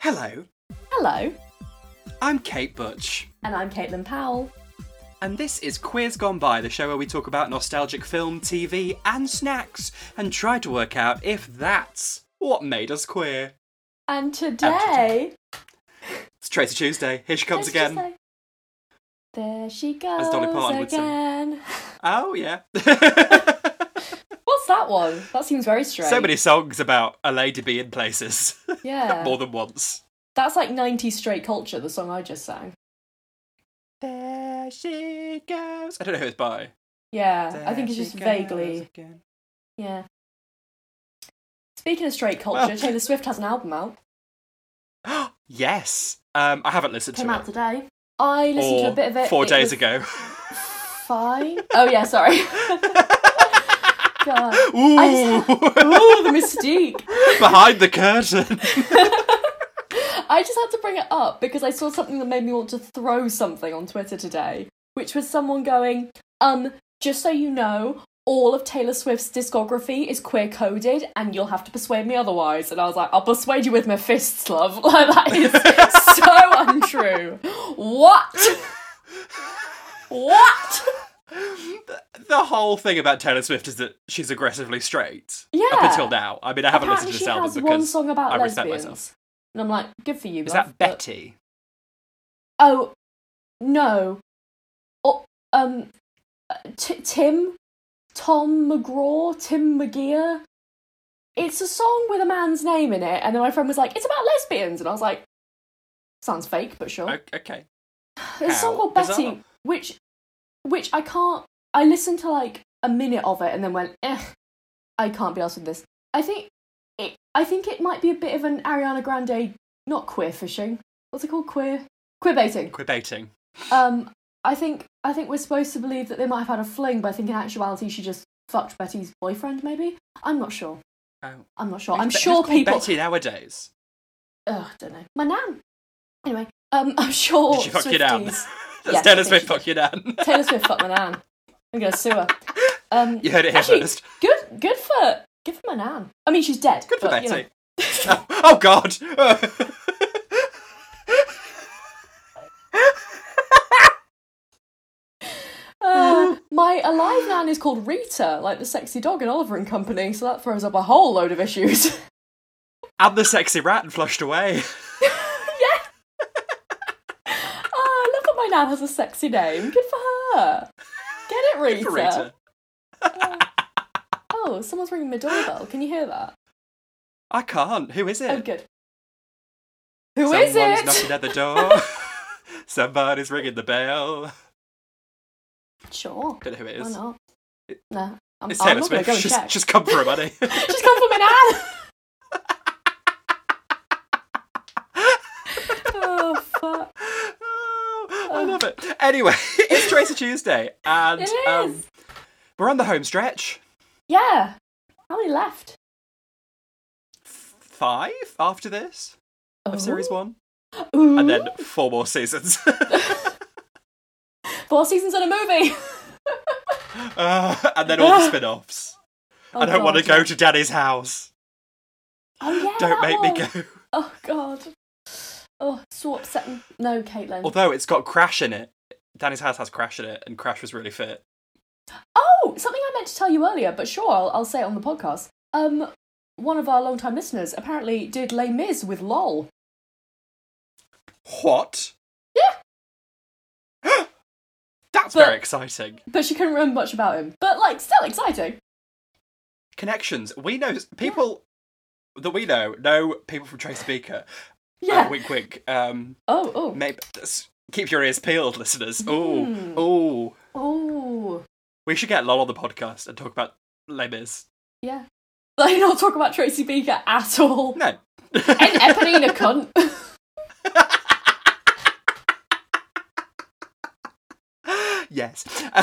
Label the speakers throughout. Speaker 1: Hello,
Speaker 2: Hello,
Speaker 1: I'm Kate Butch,
Speaker 2: and I'm Caitlin Powell.
Speaker 1: and this is Queers Gone By, the show where we talk about nostalgic film, TV, and snacks, and try to work out if that's what made us queer.
Speaker 2: And today,
Speaker 1: It's Tracy Tuesday. Here she comes
Speaker 2: let's just
Speaker 1: again.
Speaker 2: say, there she goes
Speaker 1: As Dolly Parton would sing.
Speaker 2: again.
Speaker 1: Oh yeah.
Speaker 2: What's that one? That seems very strange.
Speaker 1: so many songs about a lady being places
Speaker 2: Yeah,
Speaker 1: more than once.
Speaker 2: that's like 90s straight culture. The song I just sang.
Speaker 1: There she goes. I don't know who it's by.
Speaker 2: Yeah, I think it's
Speaker 1: There
Speaker 2: just
Speaker 1: she goes
Speaker 2: vaguely.
Speaker 1: again.
Speaker 2: Yeah. Speaking of straight culture,
Speaker 1: Well-
Speaker 2: Taylor Swift has an album out.
Speaker 1: yes. Um, I haven't listened
Speaker 2: Came
Speaker 1: to
Speaker 2: out
Speaker 1: it.
Speaker 2: today. I listened
Speaker 1: or
Speaker 2: to a bit of it.
Speaker 1: four
Speaker 2: It
Speaker 1: days
Speaker 2: was
Speaker 1: ago.
Speaker 2: Fine. Oh yeah, sorry. God.
Speaker 1: Ooh,
Speaker 2: just- Ooh, the mystique.
Speaker 1: behind the curtain.
Speaker 2: I just had to bring it up because I saw something that made me want to throw something on Twitter today, which was someone going, um, just so you know, all of Taylor Swift's discography is queer coded and you'll have to persuade me otherwise. And I was like, I'll persuade you with my fists, love. Like, that is so untrue. What? What?
Speaker 1: the whole thing about Taylor Swift is that she's aggressively straight. Up
Speaker 2: Yeah.
Speaker 1: until now. I mean, I haven't listened to
Speaker 2: Apparently, she
Speaker 1: this album
Speaker 2: has
Speaker 1: because
Speaker 2: one song about
Speaker 1: I
Speaker 2: lesbians.
Speaker 1: respect myself.
Speaker 2: And I'm like, good for you.
Speaker 1: is
Speaker 2: love,
Speaker 1: that
Speaker 2: but-
Speaker 1: Betty?
Speaker 2: Oh, no. Oh, um, uh, T- Tim, Tom McGraw, Tim McGear. It's a song with a man's name in it, and then my friend was like, "It's about lesbians," and I was like, "Sounds fake, but sure."
Speaker 1: O- Okay.
Speaker 2: There's a song
Speaker 1: how
Speaker 2: called Betty,
Speaker 1: bizarre.
Speaker 2: which, which I can't. I listened to like a minute of it, and then went, "Eh, I can't be asked with this." I think it. I think it might be a bit of an Ariana Grande, not queer fishing. What's it called? Queer, queer baiting.
Speaker 1: Quit baiting.
Speaker 2: Um, I think I think we're supposed to believe that they might have had a fling, but I think in actuality she just fucked Betty's boyfriend. Maybe I'm not sure.
Speaker 1: Oh.
Speaker 2: I'm not sure. I'm
Speaker 1: Who's Be-
Speaker 2: sure
Speaker 1: who's called
Speaker 2: people.
Speaker 1: Betty nowadays.
Speaker 2: Ugh, I don't know. My nan. Anyway, um, I'm sure.
Speaker 1: Did she fuck your nan?
Speaker 2: Swifties-
Speaker 1: Does
Speaker 2: Yes, I
Speaker 1: Taylor
Speaker 2: think
Speaker 1: Swift
Speaker 2: she
Speaker 1: fuck your nan?
Speaker 2: Taylor Swift fucked my nan. I'm gonna sue her. Um,
Speaker 1: you heard it here
Speaker 2: Actually-
Speaker 1: first.
Speaker 2: good, good for good for my nan. I mean, she's dead.
Speaker 1: Good for
Speaker 2: but,
Speaker 1: Betty.
Speaker 2: you know.
Speaker 1: oh, oh, God.
Speaker 2: Uh, my alive nan is called Rita, like the sexy dog in Oliver and Company. So that throws up a whole load of issues.
Speaker 1: and the sexy rat flushed away.
Speaker 2: Oh, I love that my nan has a sexy name. Good for her. Get it, Rita.
Speaker 1: For Rita.
Speaker 2: Oh, someone's ringing my doorbell. Can you hear that?
Speaker 1: I can't. Who is it?
Speaker 2: Oh, good. Who
Speaker 1: Someone's
Speaker 2: is it?
Speaker 1: knocking at the door. Somebody's ringing the bell.
Speaker 2: Sure.
Speaker 1: Don't know who it
Speaker 2: Why
Speaker 1: is.
Speaker 2: not? No, I'm,
Speaker 1: It's
Speaker 2: I'm
Speaker 1: Taylor
Speaker 2: not going to
Speaker 1: Swift.
Speaker 2: go and
Speaker 1: Just,
Speaker 2: check.
Speaker 1: just come for her money.
Speaker 2: Just come for my nan. oh fuck!
Speaker 1: Oh, I love it. Anyway, it's Tracer Tuesday, and
Speaker 2: It
Speaker 1: Um,
Speaker 2: is.
Speaker 1: we're on the home stretch.
Speaker 2: Yeah. How many left?
Speaker 1: Five after this of series one,
Speaker 2: Ooh.
Speaker 1: and then four more seasons.
Speaker 2: four seasons and a movie.
Speaker 1: Uh, and then all the spin offs.
Speaker 2: Oh,
Speaker 1: I don't want to
Speaker 2: God.
Speaker 1: go to daddy's house.
Speaker 2: Oh yeah.
Speaker 1: Don't
Speaker 2: that
Speaker 1: make
Speaker 2: one.
Speaker 1: me go.
Speaker 2: Oh god. Oh, so upsetting. No, Caitlin.
Speaker 1: Although it's got Crash in it. Danny's house has Crash in it, and Crash was really fit.
Speaker 2: Oh, something I meant to tell you earlier, but sure, I'll, I'll say it on the podcast. Um, one of our long-time listeners apparently did Les Mis with LOL.
Speaker 1: What?
Speaker 2: Yeah.
Speaker 1: That's
Speaker 2: But-
Speaker 1: very exciting.
Speaker 2: But she couldn't remember much about him. But like, still exciting.
Speaker 1: Connections. We know people that we know know people from Trace Beaker.
Speaker 2: Yeah.
Speaker 1: Uh, wink, wink. Um,
Speaker 2: oh, oh,
Speaker 1: maybe s- keep your ears peeled, listeners. Oh,
Speaker 2: Mm.
Speaker 1: oh.
Speaker 2: oh,
Speaker 1: We should get Lol on the podcast and talk about Lemis.
Speaker 2: yeah. Like, not talk about Tracy Beaker at all.
Speaker 1: No.
Speaker 2: And Eponina cunt.
Speaker 1: yes.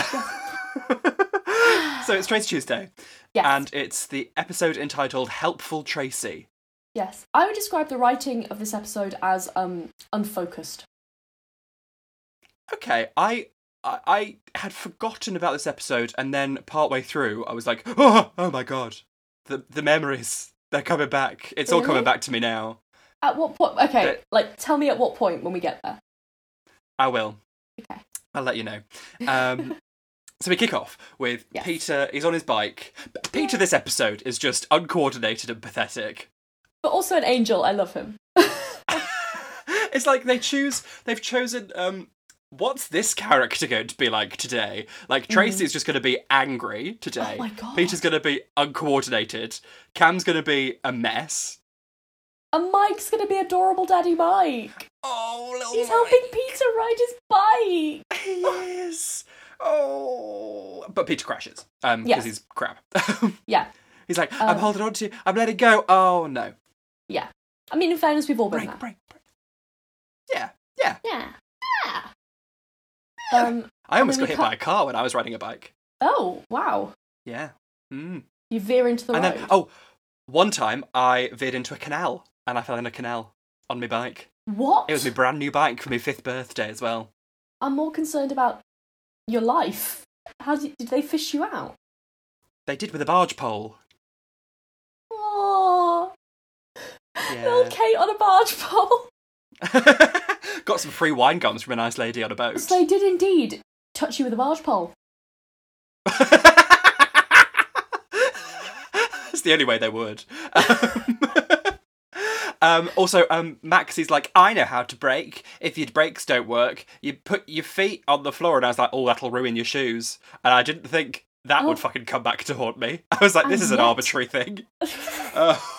Speaker 1: so it's Trace Tuesday,
Speaker 2: Yes.
Speaker 1: and it's the episode entitled "Helpful Tracy."
Speaker 2: yes. I would describe the writing of this episode as um unfocused.
Speaker 1: Okay, I, I I had forgotten about this episode, and then partway through, I was like, "Oh, oh my god, the the memories they're coming back. It's all
Speaker 2: Really?
Speaker 1: coming back to me now."
Speaker 2: At what point? Okay,
Speaker 1: But-
Speaker 2: like tell me at what point when we get there.
Speaker 1: I will.
Speaker 2: Okay.
Speaker 1: I'll let you know. Um, so we kick off with
Speaker 2: Yes.
Speaker 1: Peter. He's on his bike. P- Peter, this episode is just uncoordinated and pathetic.
Speaker 2: But also an angel. I love him.
Speaker 1: it's like they choose. They've chosen. Um, what's this character going to be like today? Like Tracy's just going to be angry today.
Speaker 2: Mm-hmm. Oh my God.
Speaker 1: Peter's going to be uncoordinated. Cam's going to be a mess.
Speaker 2: And Mike's gonna be adorable, Daddy Mike.
Speaker 1: Oh, little
Speaker 2: He's
Speaker 1: Mike.
Speaker 2: helping Peter ride his bike.
Speaker 1: He is. Oh, but Peter crashes. Um, because
Speaker 2: Yes.
Speaker 1: he's crap.
Speaker 2: Yeah,
Speaker 1: he's like, I'm
Speaker 2: Um,
Speaker 1: holding on to you. I'm letting go. Oh no!
Speaker 2: yeah. I mean, in fairness, we've all been
Speaker 1: Break,
Speaker 2: there.
Speaker 1: break, break. Yeah, yeah.
Speaker 2: Yeah. Yeah. Um.
Speaker 1: I almost
Speaker 2: mean,
Speaker 1: got
Speaker 2: we
Speaker 1: hit by a car when I was riding a bike.
Speaker 2: Oh wow.
Speaker 1: Yeah. Mm.
Speaker 2: You veer into the
Speaker 1: And
Speaker 2: road.
Speaker 1: then, oh, one time I veered into a canal and I fell in a canal on my bike.
Speaker 2: what?
Speaker 1: It was my brand new bike for my fifth birthday as well.
Speaker 2: I'm more concerned about your life. How did, did they fish you out?
Speaker 1: They did with a barge pole.
Speaker 2: Oh, little
Speaker 1: Yeah.
Speaker 2: Kate on a barge pole.
Speaker 1: got some free wine gums from a nice lady on a boat.
Speaker 2: So they did indeed touch you with a barge pole.
Speaker 1: That's the only way they would. Um, um, also, um, Max is like, I know how to brake. If your brakes don't work, you put your feet on the floor, and I was like, oh, that'll ruin your shoes. And I didn't think that would
Speaker 2: Oh.
Speaker 1: fucking come back to haunt me. I was like, this
Speaker 2: And
Speaker 1: is an
Speaker 2: yet-
Speaker 1: arbitrary thing. Uh,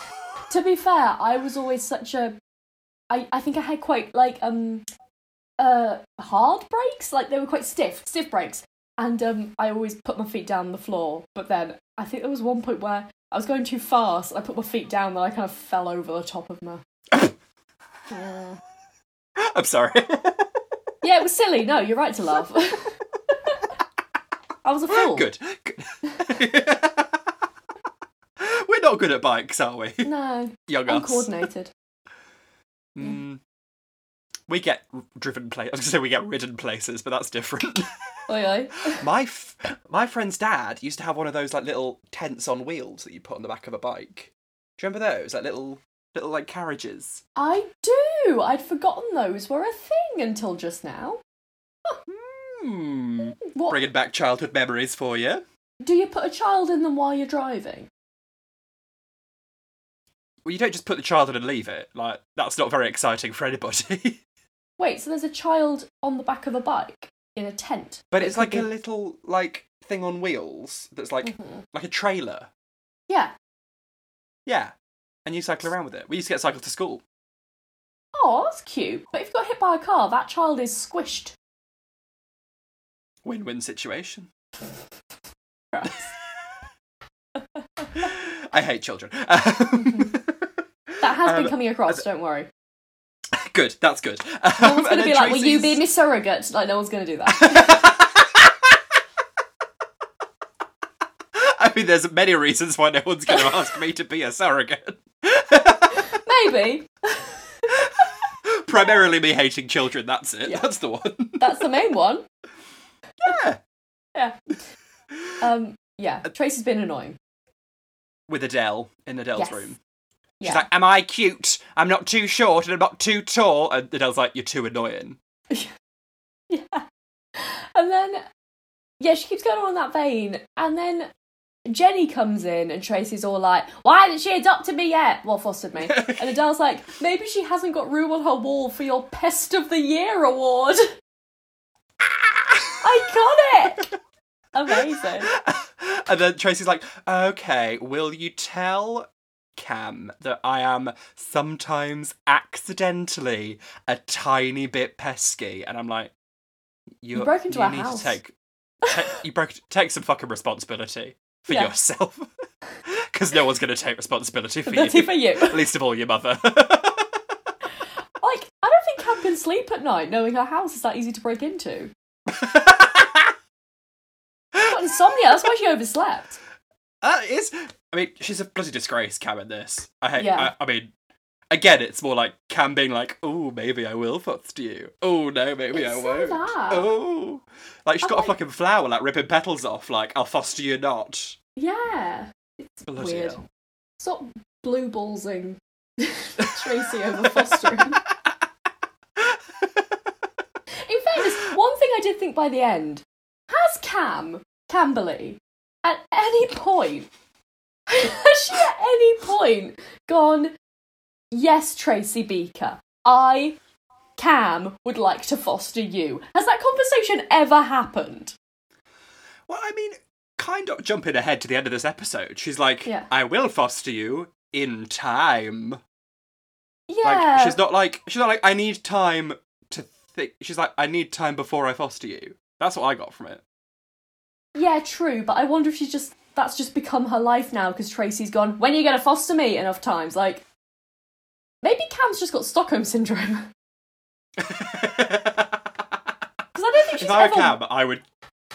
Speaker 2: To be fair, I was always such a. I, I think I had quite like um, uh, hard brakes. Like they were quite stiff, stiff brakes. And um, I always put my feet down on the floor. But then I think there was one point where I was going too fast. And I put my feet down, and I kind of fell over the top of my. Yeah.
Speaker 1: I'm sorry.
Speaker 2: Yeah, it was silly. No, you're right to laugh. I was a fool.
Speaker 1: Good. Good. We're not good at bikes, are we?
Speaker 2: No,
Speaker 1: Young us.
Speaker 2: uncoordinated.
Speaker 1: Mm. We get r- driven places. I was going to say we get ridden places, but that's different.
Speaker 2: Oi, oi.
Speaker 1: my f- my friend's dad used to have one of those like little tents on wheels that you put on the back of a bike. Do you remember those? Like little little like carriages.
Speaker 2: I do. I'd forgotten those were a thing until just now.
Speaker 1: Hmm.
Speaker 2: What
Speaker 1: Bringing back childhood memories for you.
Speaker 2: do you put a child in them while you're driving?
Speaker 1: Well, you don't just put the child in and leave it. Like that's not very exciting for anybody.
Speaker 2: Wait, so there's a child on the back of a bike in a tent.
Speaker 1: but
Speaker 2: It
Speaker 1: it's
Speaker 2: could
Speaker 1: like a
Speaker 2: be-
Speaker 1: little like thing on wheels that's like
Speaker 2: Mhm.
Speaker 1: like a trailer.
Speaker 2: yeah.
Speaker 1: Yeah. And you cycle around with it. We used to get cycled to school.
Speaker 2: Oh, that's cute. But if you got hit by a car, that child is squished.
Speaker 1: Win-win situation.
Speaker 2: Right.
Speaker 1: I hate children. Um,
Speaker 2: That has
Speaker 1: Um,
Speaker 2: been coming across. Don't worry.
Speaker 1: good, that's good.
Speaker 2: No
Speaker 1: Um,
Speaker 2: one's
Speaker 1: and
Speaker 2: gonna
Speaker 1: then
Speaker 2: be like, "Will you be
Speaker 1: Tracy's-
Speaker 2: my surrogate?" Like, no one's gonna do that.
Speaker 1: I mean, there's many reasons why no one's going to ask me to be a surrogate.
Speaker 2: Maybe.
Speaker 1: Primarily me hating children, that's it.
Speaker 2: Yeah.
Speaker 1: That's the one.
Speaker 2: That's the main one.
Speaker 1: Yeah.
Speaker 2: Yeah. Um, yeah. Tracy's been annoying.
Speaker 1: With Adele in Adele's
Speaker 2: Yes.
Speaker 1: room. She's
Speaker 2: Yeah.
Speaker 1: like, Am I cute? I'm not too short and I'm not too tall. And Adele's like, You're too annoying.
Speaker 2: yeah. And then, yeah, she keeps going on in that vein. And then Jenny comes in and Tracy's all like, why hasn't she adopted me yet? Well, fostered me. and Adele's like, maybe she hasn't got room on her wall for your Pest of the Year award. I got it! Amazing.
Speaker 1: and then Tracy's like, okay, will you tell Cam that I am sometimes accidentally a tiny bit pesky? And I'm like, you,
Speaker 2: broke into
Speaker 1: you
Speaker 2: our
Speaker 1: need
Speaker 2: house."
Speaker 1: to take, take you broke take some fucking responsibility for
Speaker 2: Yeah.
Speaker 1: yourself, because no one's gonna take responsibility for
Speaker 2: That's it
Speaker 1: you,
Speaker 2: for you.
Speaker 1: least of all your mother.
Speaker 2: Like, I don't think Cam can sleep at night knowing her house is that easy to break into. She's got insomnia, that's why she overslept.
Speaker 1: That is. Uh, I mean, she's a bloody disgrace, Cam, in this. I hate.
Speaker 2: Yeah.
Speaker 1: I, I mean, again, it's more like Cam being like, oh, maybe I will foster you. Oh, no, maybe
Speaker 2: It's
Speaker 1: I
Speaker 2: so
Speaker 1: won't.
Speaker 2: bad.
Speaker 1: Oh. Like, she's
Speaker 2: I'm
Speaker 1: got
Speaker 2: like-
Speaker 1: a fucking flower, like, ripping petals off, like, I'll foster you not.
Speaker 2: Yeah.
Speaker 1: Bloody
Speaker 2: Weird.
Speaker 1: hell.
Speaker 2: Stop blue ballsing Tracy over fostering. In fairness, one thing I did think by the end has Cam, Camberley, at any point, has she at any point gone, yes, Tracy Beaker, I, Cam, would like to foster you? Has that conversation ever happened?
Speaker 1: Well, I mean, kind of jumping ahead to the end of this episode, she's like,
Speaker 2: Yeah.
Speaker 1: I will foster you in time.
Speaker 2: Yeah.
Speaker 1: Like she's not like she's not like I need time to think. She's like I need time before I foster you. That's what I got from it.
Speaker 2: Yeah, true, but I wonder if she's just that's just become her life now because Tracy's gone. When are you going to foster me? Enough times, like maybe Cam's just got Stockholm syndrome because I don't think she's
Speaker 1: if I
Speaker 2: ever.
Speaker 1: were Cam, I would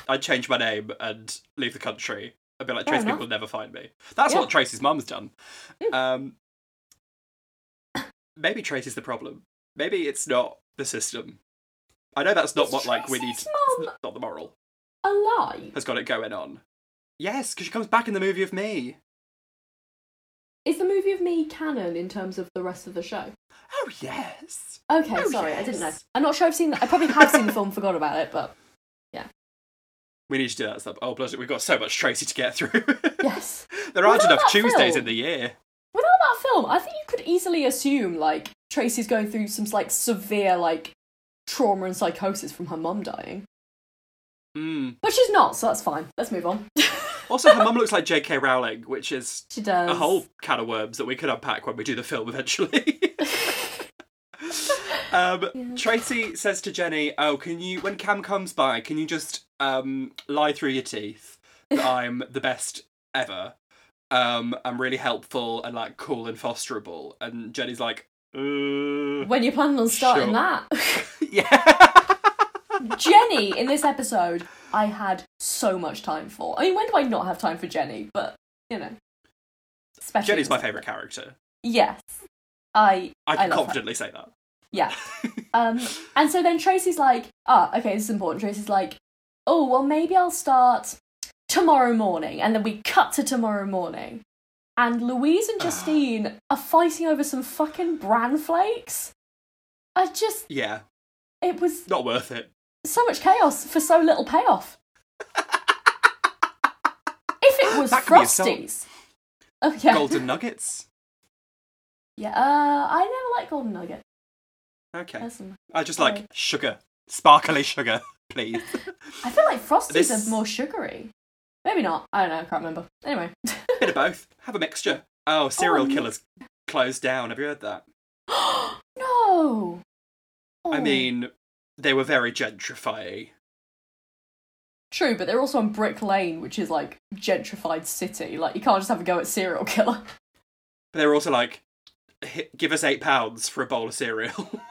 Speaker 1: I'd change my name and leave the country. I'd be like
Speaker 2: Fair
Speaker 1: Tracy
Speaker 2: enough.
Speaker 1: people will never find me. That's
Speaker 2: Yeah. Mm.
Speaker 1: what Tracy's mum's done. Um, maybe Tracy's the problem. Maybe it's not the system. I know that's not
Speaker 2: Is
Speaker 1: what like we need.
Speaker 2: Tracy's
Speaker 1: it's
Speaker 2: mum-
Speaker 1: n- Not the moral
Speaker 2: alive.
Speaker 1: has got it going on. Yes, because she comes back in the movie of me.
Speaker 2: Is the movie of me canon in terms of the rest of the show?
Speaker 1: Oh yes.
Speaker 2: Okay,
Speaker 1: Oh,
Speaker 2: sorry, I didn't know.
Speaker 1: yes.
Speaker 2: I'm not sure I've seen. The, I probably have seen the film, forgot about it, but
Speaker 1: We need to do that stuff. Oh, bless it. We've got so much Tracy to get through.
Speaker 2: yes.
Speaker 1: there aren't
Speaker 2: Without
Speaker 1: enough
Speaker 2: that
Speaker 1: Tuesdays
Speaker 2: film.
Speaker 1: in the year.
Speaker 2: Without that film, I think you could easily assume like Tracy's going through some like severe like trauma and psychosis from her mum dying,
Speaker 1: Mm.
Speaker 2: but she's not, so that's fine. Let's move on.
Speaker 1: Also, her mum looks like J.K. Rowling, which is
Speaker 2: She does.
Speaker 1: a whole can of worms that we could unpack when we do the film eventually. um, Tracy says to Jenny, "Oh, can you? When Cam comes by, can you just um, lie through your teeth that I'm the best ever? Um, I'm really helpful and like cool and fosterable." And Jenny's like, uh,
Speaker 2: When you're planning on
Speaker 1: Sure.
Speaker 2: starting that.
Speaker 1: "Yeah."
Speaker 2: Jenny in this episode, I had so much time for. I mean, when do I not have time for Jenny? But, you know. Especially
Speaker 1: Jenny's my
Speaker 2: this-
Speaker 1: favourite character.
Speaker 2: Yes. I
Speaker 1: I
Speaker 2: I
Speaker 1: can
Speaker 2: love her.
Speaker 1: confidently say that.
Speaker 2: Yeah. Um, and so then Tracy's like, ah, okay, this is important. Tracy's like, oh, well, maybe I'll start tomorrow morning. And then we cut to tomorrow morning. And Louise
Speaker 1: Ah.
Speaker 2: and Justine are fighting over some fucking bran flakes. I just,
Speaker 1: Yeah,
Speaker 2: it was
Speaker 1: not worth it.
Speaker 2: so much chaos for so little payoff. if it was
Speaker 1: That could be assault.
Speaker 2: Frosties. Oh, yeah.
Speaker 1: Golden nuggets.
Speaker 2: Yeah, uh, I never like Golden Nugget.
Speaker 1: Okay.
Speaker 2: Personally.
Speaker 1: I just
Speaker 2: Sorry.
Speaker 1: like sugar, sparkly sugar, please.
Speaker 2: I feel like Frosties
Speaker 1: This-
Speaker 2: are more sugary. Maybe not. I don't know. I can't remember. Anyway.
Speaker 1: Bit of both. Have a mixture. Oh, serial
Speaker 2: Oh, no.
Speaker 1: killers closed down. Have you heard that?
Speaker 2: no!
Speaker 1: I
Speaker 2: Oh.
Speaker 1: mean, they were very gentrifying.
Speaker 2: True, but they're also on Brick Lane, which is like gentrified city. Like, you can't just have a go at serial killer.
Speaker 1: But they were also like, "Hi- give us eight pounds for a bowl of cereal.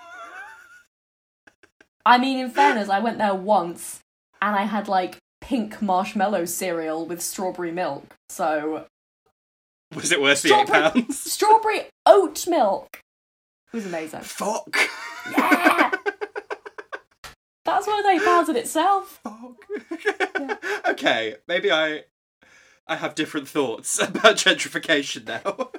Speaker 2: I mean, in fairness, I went there once and I had like pink marshmallow cereal with strawberry milk. So
Speaker 1: Was it worth the eight
Speaker 2: Strawberry-
Speaker 1: pounds?
Speaker 2: strawberry oat milk. It was amazing.
Speaker 1: Fuck.
Speaker 2: Yeah. That's worth eight pounds in itself.
Speaker 1: Fuck. okay, maybe I, I have different thoughts about gentrification now.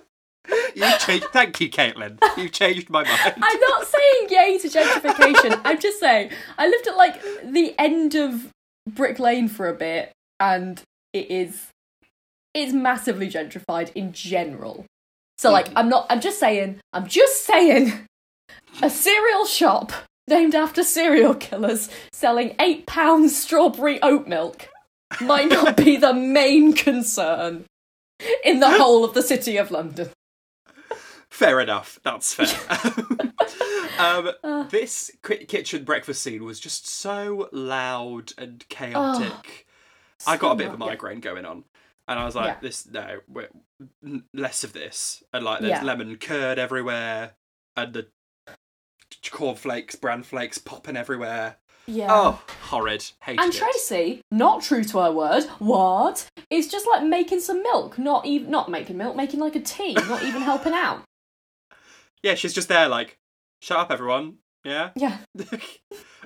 Speaker 1: You've changed. Thank you, Caitlin. You've changed my mind.
Speaker 2: I'm not saying yay to gentrification. I'm just saying I lived at like the end of Brick Lane for a bit, and it is it's massively gentrified in general. So like I'm not. I'm just saying. I'm just saying. A cereal shop named after serial killers selling eight pound strawberry oat milk might not be the main concern in the whole of the city of London.
Speaker 1: Fair enough. That's fair. um,
Speaker 2: Uh.
Speaker 1: this ki- kitchen breakfast scene was just so loud and chaotic. I got a bit of a
Speaker 2: much, Oh, yeah.
Speaker 1: migraine going on, and I was like,
Speaker 2: Yeah.
Speaker 1: "This no, we're, n- less of this." And like, there's
Speaker 2: Yeah.
Speaker 1: lemon curd everywhere, and the cornflakes, bran flakes popping everywhere.
Speaker 2: Yeah.
Speaker 1: Oh, horrid! Hated
Speaker 2: And
Speaker 1: it.
Speaker 2: Tracy, not true to her word, what is just like making some milk, not even not making milk, making like a tea, not even helping out.
Speaker 1: Yeah, she's just there, like, "Shut up, everyone." Yeah.
Speaker 2: Yeah,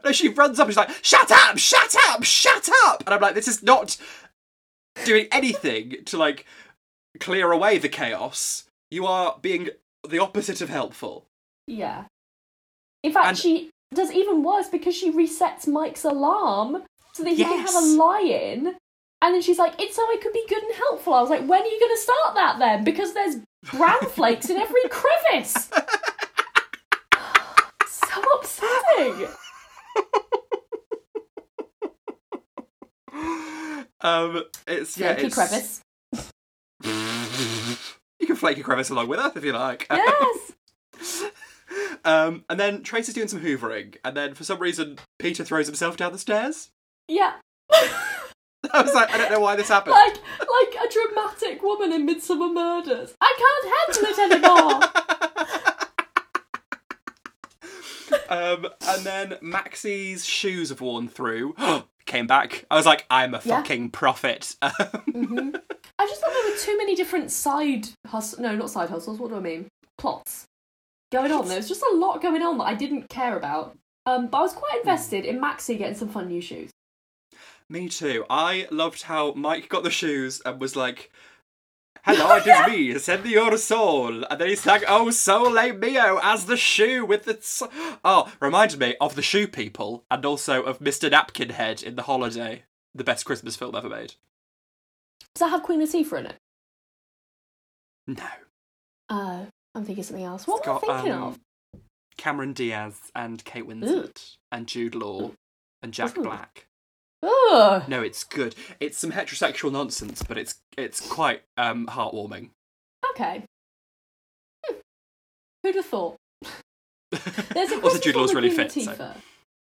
Speaker 1: no, she runs up and she's like, shut up, shut up, shut up! And I'm like, this is not doing anything to like clear away the chaos. You are being the opposite of helpful.
Speaker 2: Yeah. In fact,
Speaker 1: And-
Speaker 2: she does even worse because she resets Mike's alarm so that he can have a
Speaker 1: Yes.
Speaker 2: lie in. And then she's like, it's so I could be good and helpful. I was like, when are you going to start that then? Because there's brown flakes in every crevice. so upsetting.
Speaker 1: Um, it's yeah,
Speaker 2: Flaky
Speaker 1: it's-
Speaker 2: crevice.
Speaker 1: You can flake your crevice along with us if you like.
Speaker 2: Yes.
Speaker 1: Um, and then Tracy's doing some hoovering, and then for some reason Peter throws himself down the stairs.
Speaker 2: yeah.
Speaker 1: I was like, I don't know why this happened.
Speaker 2: Like like a dramatic woman in Midsummer Murders. I can't handle it anymore.
Speaker 1: Um, and then Maxie's shoes have worn through. Came back. I was like, I'm a
Speaker 2: Yeah.
Speaker 1: fucking prophet.
Speaker 2: Mhm. I just thought there were too many different side hustles. No, not side hustles. What do I mean? Plots going on. There was just a lot going on that I didn't care about. Um, but I was quite invested in Maxi getting some fun new shoes.
Speaker 1: Me too. I loved how Mike got the shoes and was like, Hello, it is me, Senor Soul. And then he sang, Oh, Sole Mio, as the shoe with the. s Oh, reminded me of the shoe people and also of Mr. Napkinhead in The Holiday, the best Christmas film ever made.
Speaker 2: Does that have Queen Latifah in it?
Speaker 1: No.
Speaker 2: Uh, I'm thinking something else. What
Speaker 1: It's
Speaker 2: am I thinking
Speaker 1: um,
Speaker 2: of?
Speaker 1: Cameron Diaz and Kate Winslet and Jude Law and Jack
Speaker 2: Ooh.
Speaker 1: Black.
Speaker 2: Ugh.
Speaker 1: No, it's good. It's some heterosexual nonsense, but it's it's quite um, heartwarming.
Speaker 2: Okay. Hmm. Who'd have thought? There's a
Speaker 1: also,
Speaker 2: Christmas
Speaker 1: Jude
Speaker 2: film
Speaker 1: Law's
Speaker 2: with
Speaker 1: really
Speaker 2: Queen
Speaker 1: fit. so-
Speaker 2: Latifah,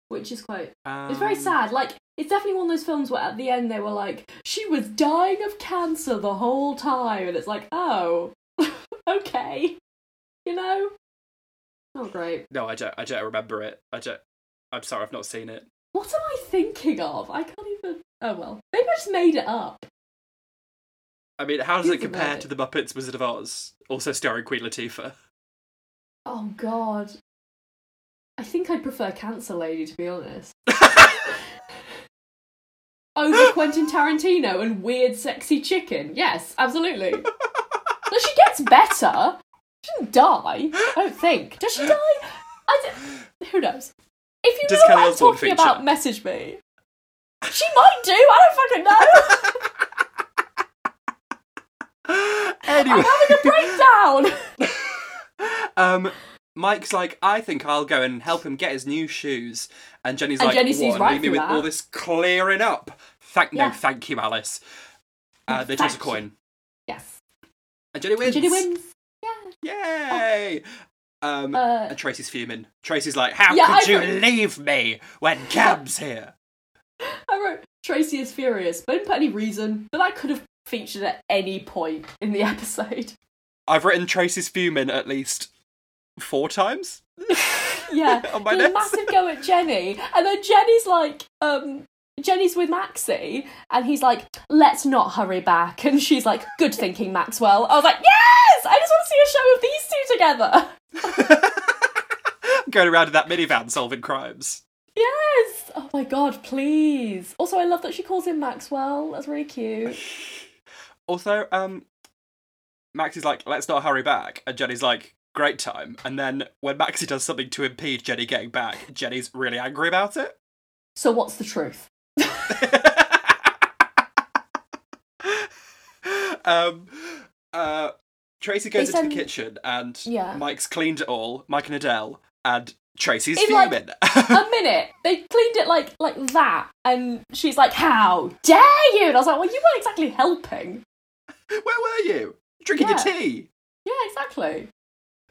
Speaker 2: which is quite It's
Speaker 1: Um,
Speaker 2: very sad. Like it's definitely one of those films where at the end they were like, she was dying of cancer the whole time, and it's like, oh, okay, you know, not great.
Speaker 1: No, I don't. I don't remember it. I don't. I'm sorry, I've not seen it.
Speaker 2: What am I thinking of? I can't even. Oh well, maybe I just made it up.
Speaker 1: I mean, how does it
Speaker 2: Think about
Speaker 1: compare
Speaker 2: it.
Speaker 1: to the Muppets Wizard of Oz, also starring Queen Latifah?
Speaker 2: Oh God, I think I'd prefer Cancer Lady to be honest. Over Quentin Tarantino and weird, sexy chicken. Yes, absolutely. No, she gets better. She didn't die. I don't think. Does she die? I don't- Who knows? If you
Speaker 1: Does
Speaker 2: know
Speaker 1: Kelly
Speaker 2: what I'm
Speaker 1: Osbourne
Speaker 2: talking
Speaker 1: feature?
Speaker 2: about, message me. She might do. I don't fucking know.
Speaker 1: anyway,
Speaker 2: Breakdown.
Speaker 1: um, Mike's like, I think I'll go and help him get his new shoes, and Jenny's
Speaker 2: And
Speaker 1: like,
Speaker 2: Jenny
Speaker 1: what?
Speaker 2: sees
Speaker 1: and
Speaker 2: right
Speaker 1: leave me
Speaker 2: through
Speaker 1: with
Speaker 2: that.
Speaker 1: all this clearing up. Thank
Speaker 2: Yeah.
Speaker 1: no, thank you, Alice. Uh, they toss a
Speaker 2: Thank you.
Speaker 1: coin,
Speaker 2: Yes.
Speaker 1: and Jenny wins.
Speaker 2: Jenny wins. Yeah.
Speaker 1: Yay! Um,
Speaker 2: Uh,
Speaker 1: and Tracy's fuming. Tracy's like, how
Speaker 2: Yeah,
Speaker 1: could
Speaker 2: I
Speaker 1: you
Speaker 2: thought-
Speaker 1: leave me when Cam's here?
Speaker 2: I wrote Tracy is furious, but I didn't put any reason. But that could have featured at any point in the episode.
Speaker 1: I've written Tracy's fuming at least four times.
Speaker 2: Yeah,
Speaker 1: On my
Speaker 2: did a
Speaker 1: notes.
Speaker 2: massive go at Jenny, and then Jenny's like, um, Jenny's with Maxie, and he's like, "Let's not hurry back," and she's like, "Good thinking, Maxwell." I was like, "Yes, I just want to see a show of these two together."
Speaker 1: Going around in that minivan solving crimes.
Speaker 2: Yes. Oh my god, please. Also, I love that she calls him Maxwell. That's really cute.
Speaker 1: Also, um, Max is like, let's not hurry back. And Jenny's like, great time. And then when Maxie does something to impede Jenny getting back, Jenny's really angry about it.
Speaker 2: So, what's the truth?
Speaker 1: um, uh, Tracy goes into
Speaker 2: They send-
Speaker 1: the kitchen and
Speaker 2: Yeah.
Speaker 1: Mike's cleaned it all, Mike and Adele, and Tracy's
Speaker 2: In, like,
Speaker 1: fuming.
Speaker 2: a minute. They cleaned it like like that, and she's like, "How dare you?" And I was like, "Well, you weren't exactly helping."
Speaker 1: Where were you? Drinking
Speaker 2: Yeah.
Speaker 1: your tea.
Speaker 2: Yeah, exactly.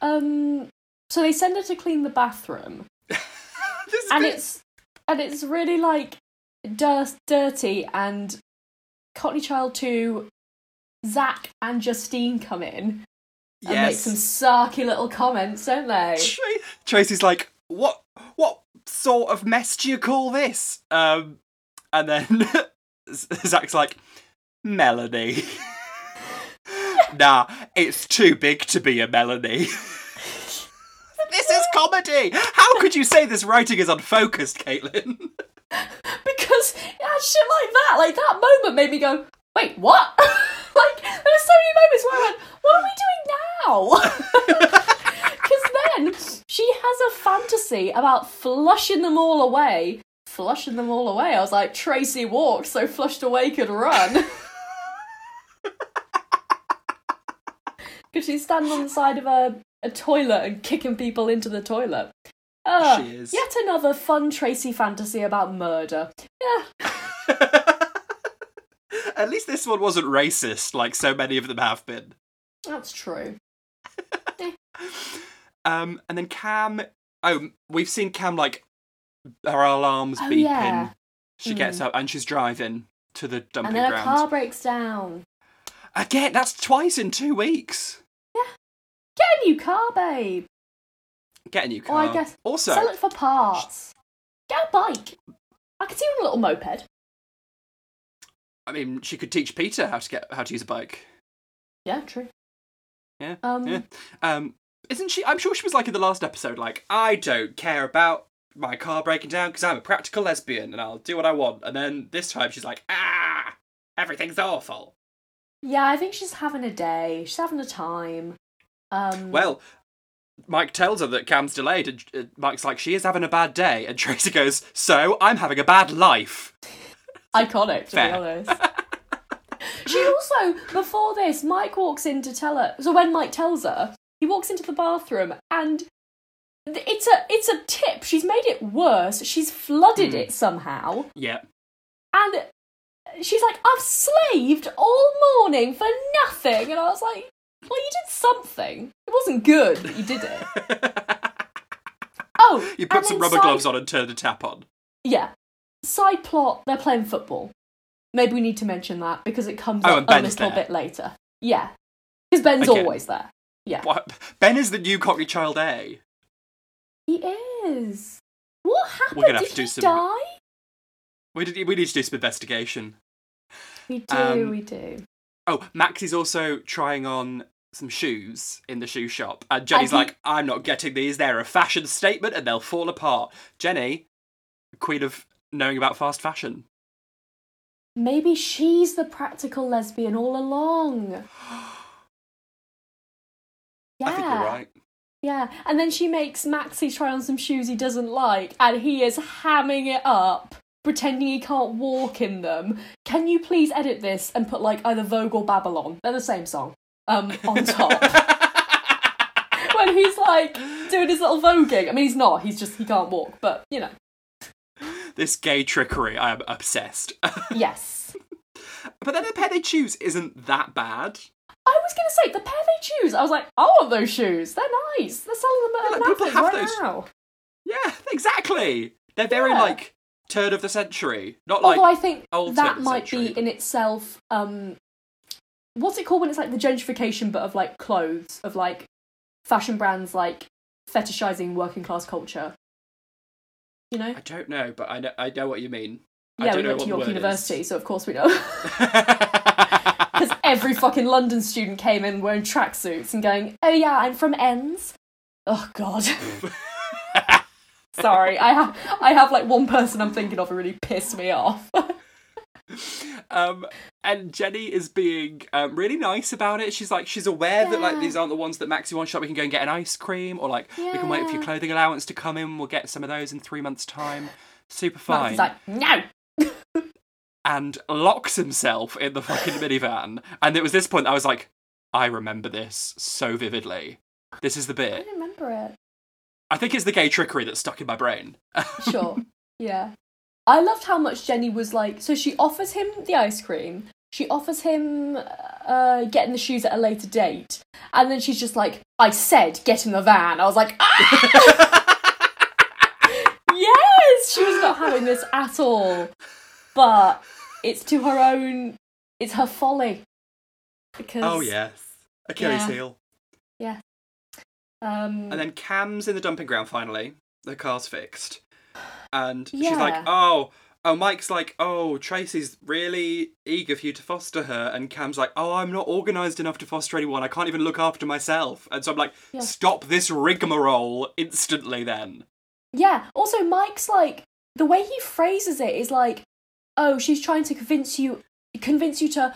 Speaker 2: Um, so they send her to clean the bathroom,
Speaker 1: This
Speaker 2: and
Speaker 1: bit-
Speaker 2: it's and it's really like dirt, dirty. And Cockney Child Two, Zach and Justine come in and make some
Speaker 1: yes.
Speaker 2: sarky little comments, don't they?
Speaker 1: Tra- Tracy's like, what? What sort of mess do you call this? Um, and then Zach's like, Melanie. nah, it's too big to be a Melanie. this is comedy. How could you say this writing is unfocused, Caitlin?
Speaker 2: Because yeah, shit like that, like that moment made me go, wait, what? like there were so many moments where I went, what are we doing now? then she has a fantasy about flushing them all away. Flushing them all away. I was like, Tracy walked, so flushed away could run. Because she's standing on the side of a, a toilet and kicking people into the toilet. Ah,
Speaker 1: She is.
Speaker 2: Yet another fun Tracy fantasy about murder. Yeah,
Speaker 1: At least this one wasn't racist, like so many of them have been.
Speaker 2: that's true.
Speaker 1: Um, and then Cam. Oh, we've seen Cam like her alarms
Speaker 2: Oh,
Speaker 1: beeping.
Speaker 2: yeah. Mm.
Speaker 1: She gets up and she's driving to the dumping
Speaker 2: and then her
Speaker 1: ground.
Speaker 2: car breaks down.
Speaker 1: Again, that's twice in two weeks.
Speaker 2: Get a new car, babe.
Speaker 1: Get a new
Speaker 2: Oh,
Speaker 1: car.
Speaker 2: I guess-
Speaker 1: Also,
Speaker 2: Sell it for parts. Get a bike. I could see her on a little moped.
Speaker 1: I mean, she could teach Peter how to get how to use a bike.
Speaker 2: Yeah, true.
Speaker 1: Yeah,
Speaker 2: Um,
Speaker 1: yeah. Um, isn't she? I'm sure she was like in the last episode, like I don't care about my car breaking down because I'm a practical lesbian and I'll do what I want. And then this time she's like, ah, everything's awful.
Speaker 2: Yeah, I think she's having a day. She's having a time. Um,
Speaker 1: Well, Mike tells her that Cam's delayed, and uh, Mike's like, she is having a bad day. And Tracy goes, so I'm having a bad life.
Speaker 2: iconic to
Speaker 1: fair.
Speaker 2: be honest. she also, before this, Mike walks in to tell her. So when Mike tells her, he walks into the bathroom and th- it's a it's a tip. She's made it worse. She's flooded
Speaker 1: Hmm.
Speaker 2: it somehow.
Speaker 1: Yeah.
Speaker 2: And she's like, I've slaved all morning for nothing. And I was like, well, you did something. It wasn't good, but you did it. oh,
Speaker 1: You put
Speaker 2: and
Speaker 1: some
Speaker 2: then
Speaker 1: rubber
Speaker 2: side-
Speaker 1: gloves on and turn the tap on.
Speaker 2: Yeah. Side plot, they're playing football. Maybe we need to mention that because it comes
Speaker 1: Oh,
Speaker 2: up
Speaker 1: and
Speaker 2: a
Speaker 1: Ben's
Speaker 2: little
Speaker 1: there.
Speaker 2: bit later. Yeah. Because Ben's
Speaker 1: Again.
Speaker 2: always there. Yeah.
Speaker 1: What? Ben is the new Cockney Child A.
Speaker 2: He is. What happened?
Speaker 1: gonna have
Speaker 2: did
Speaker 1: to do
Speaker 2: he
Speaker 1: some-
Speaker 2: die?
Speaker 1: We, did, we need to do some investigation.
Speaker 2: We do,
Speaker 1: um,
Speaker 2: we do.
Speaker 1: Oh, Max is also trying on some shoes in the shoe shop. And Jenny's
Speaker 2: And he-
Speaker 1: like, I'm not getting these. They're a fashion statement and they'll fall apart. Jenny, queen of knowing about fast fashion.
Speaker 2: Maybe she's the practical lesbian all along. Yeah.
Speaker 1: I think you're right.
Speaker 2: Yeah, and then she makes Maxie try on some shoes he doesn't like, and he is hamming it up, pretending he can't walk in them. Can you please edit this and put like either Vogue or Babylon? They're the same song. Um, on top when he's like doing his little voguing. I mean, he's not. He's just he can't walk. But you know,
Speaker 1: this gay trickery, I am obsessed.
Speaker 2: yes.
Speaker 1: but then the pair they choose isn't that bad.
Speaker 2: I was gonna say the pair they choose. I was like, I want those shoes. They're nice. They're selling them
Speaker 1: Yeah,
Speaker 2: at
Speaker 1: people
Speaker 2: Macca's
Speaker 1: have
Speaker 2: right
Speaker 1: those.
Speaker 2: now.
Speaker 1: Yeah, exactly. They're very
Speaker 2: Yeah.
Speaker 1: like turn of the century, not like
Speaker 2: Although I think
Speaker 1: old
Speaker 2: that
Speaker 1: turn of
Speaker 2: might
Speaker 1: century,
Speaker 2: be
Speaker 1: but-
Speaker 2: in itself, um, what's it called when it's like the gentrification, but of like clothes, of like fashion brands, like fetishizing working class culture. You know,
Speaker 1: I don't know, but I know I know what you mean. I
Speaker 2: yeah,
Speaker 1: don't
Speaker 2: we
Speaker 1: know what
Speaker 2: went to
Speaker 1: the
Speaker 2: York
Speaker 1: word
Speaker 2: University,
Speaker 1: is.
Speaker 2: so of course we know. Because every fucking London student came in wearing tracksuits and going, "Oh yeah, I'm from Ends." Oh god. Sorry, I have I have like one person I'm thinking of who really pissed me off.
Speaker 1: um, and Jenny is being um, really nice about it. She's like, she's aware that like
Speaker 2: Yeah.
Speaker 1: these aren't the ones that Maxi wants. She's like, we can go and get an ice cream, or like we can wait for your
Speaker 2: Yeah.
Speaker 1: clothing allowance to come in. We'll get some of those in three months' time. Super fine.
Speaker 2: He's like, "No,
Speaker 1: and locks himself in the fucking minivan. And it was this point I was like, I remember this so vividly. This is the
Speaker 2: I
Speaker 1: bit.
Speaker 2: don't remember it."
Speaker 1: I think it's the gay trickery that's stuck in my brain.
Speaker 2: Sure. Yeah. I loved how much Jenny was like. So she offers him the ice cream. She offers him uh, getting the shoes at a later date, and then she's just like, "I said, get in the van." I was like, "Ah, yes!" She was not having this at all. But it's to her own. It's her folly. Because
Speaker 1: oh yes, Achilles
Speaker 2: Yeah.
Speaker 1: heel.
Speaker 2: Um,
Speaker 1: And then Cam's in the dumping ground finally. The car's fixed, and she's
Speaker 2: Yeah.
Speaker 1: like, oh. Oh, Mike's like, oh, Tracy's really eager for you to foster her. And Cam's like, oh, I'm not organised enough to foster anyone. I can't even look after myself. And so I'm like,
Speaker 2: Yeah.
Speaker 1: stop this rigmarole instantly then.
Speaker 2: Yeah. Also, Mike's like the way he phrases it is like, "Oh, she's trying to convince you, convince you to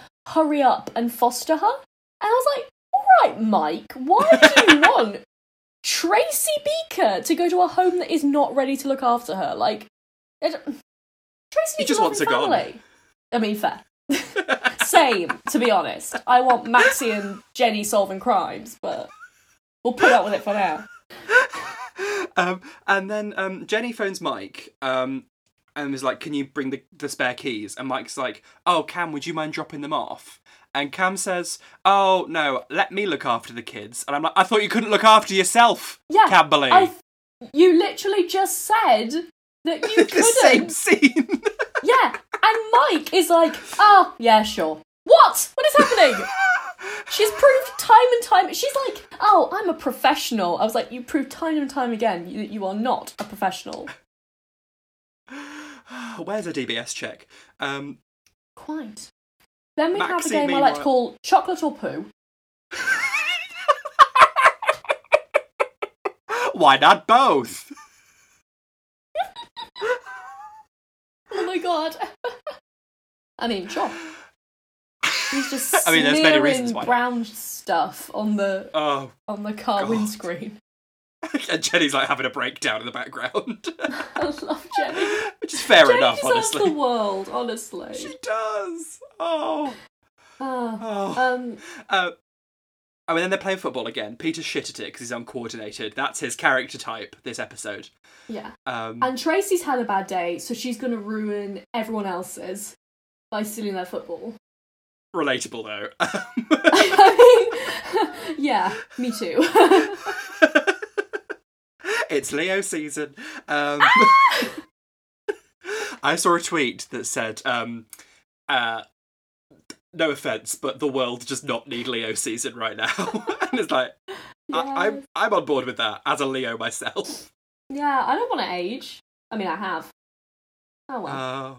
Speaker 2: hurry up and foster her." And I was like, "All right, Mike, why do you want Tracy Beaker to go to a home that is not ready to look after her. Like, it, Tracy
Speaker 1: He
Speaker 2: Beaker's
Speaker 1: just wants
Speaker 2: lovely
Speaker 1: her gone.
Speaker 2: family. I mean, fair. Same, to be honest. I want Maxie and Jenny solving crimes, but we'll put up with it for now.
Speaker 1: um, and then um, Jenny phones Mike um, and is like, "Can you bring the, the spare keys?" And Mike's like, "Oh, Cam, would you mind dropping them off?" And Cam says, "Oh no, let me look after the kids." And I'm like, "I thought you couldn't look after yourself,
Speaker 2: Yeah,
Speaker 1: Camberley."
Speaker 2: I, you literally just said that you
Speaker 1: the same
Speaker 2: couldn't.
Speaker 1: scene.
Speaker 2: Yeah, and Mike is like, oh, yeah, sure. What? What is happening? She's proved time and time. She's like, oh, I'm a professional. I was like, you proved time and time again you- that you are not a professional.
Speaker 1: Where's a DBS check? Um,
Speaker 2: Quite. Then we have a
Speaker 1: Maxi,
Speaker 2: game I like to
Speaker 1: meanwhile-
Speaker 2: call Chocolate or Poo.
Speaker 1: why not both?
Speaker 2: Oh my god. I mean, sure. He's just
Speaker 1: I mean, there's many
Speaker 2: smearing
Speaker 1: reasons why.
Speaker 2: brown stuff on the
Speaker 1: Oh,
Speaker 2: on the car
Speaker 1: God.
Speaker 2: windscreen.
Speaker 1: and Jenny's like having a breakdown in the background,
Speaker 2: I love Jenny.
Speaker 1: which is fair
Speaker 2: Jenny
Speaker 1: enough,
Speaker 2: deserves
Speaker 1: honestly.
Speaker 2: the world, honestly.
Speaker 1: She does. Oh,
Speaker 2: Ah.
Speaker 1: oh.
Speaker 2: um,
Speaker 1: Uh, I mean, then they're playing football again. Peter's shit at it because he's uncoordinated. That's his character type this episode.
Speaker 2: yeah.
Speaker 1: Um,
Speaker 2: And Tracy's had a bad day, so she's going to ruin everyone else's by stealing their football.
Speaker 1: relatable though.
Speaker 2: I mean, yeah, me too.
Speaker 1: it's Leo season. Um, I saw a tweet that said, um, uh, "No offense, but the world does not need Leo season right now." and it's like I- I'm I'm on board with that as a Leo myself.
Speaker 2: yeah, I don't want to age. I mean, I have. Oh well.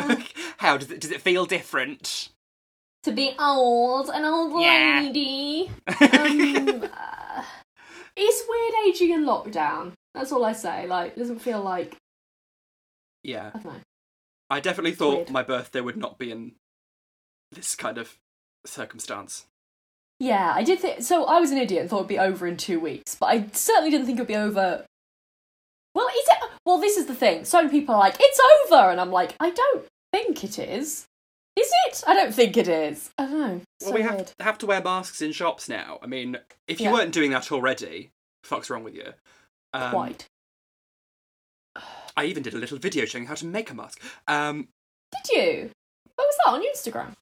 Speaker 1: Oh. How does it does it feel different?
Speaker 2: to be old, an old
Speaker 1: Yeah.
Speaker 2: lady. Um, uh, it's weird aging in lockdown. That's all I say. Like, doesn't feel like
Speaker 1: yeah,
Speaker 2: I don't know.
Speaker 1: I definitely thought
Speaker 2: Weird.
Speaker 1: my birthday would not be in this kind of circumstance.
Speaker 2: Yeah, I did think so. I was an idiot and thought it'd be over in two weeks, but I certainly didn't think it'd be over. Well, is it? Well, this is the thing. So many people are like, "It's over," and I'm like, "I don't think it is. Is it? I don't think it is. I don't know.
Speaker 1: Well,
Speaker 2: It's so
Speaker 1: we have
Speaker 2: weird.
Speaker 1: have to wear masks in shops now. I mean, if you
Speaker 2: Yeah.
Speaker 1: weren't doing that already, fuck's wrong with you? Um,
Speaker 2: Quite.
Speaker 1: I even did a little video showing how to make a mask. Um,
Speaker 2: Did you? What was that on your Instagram?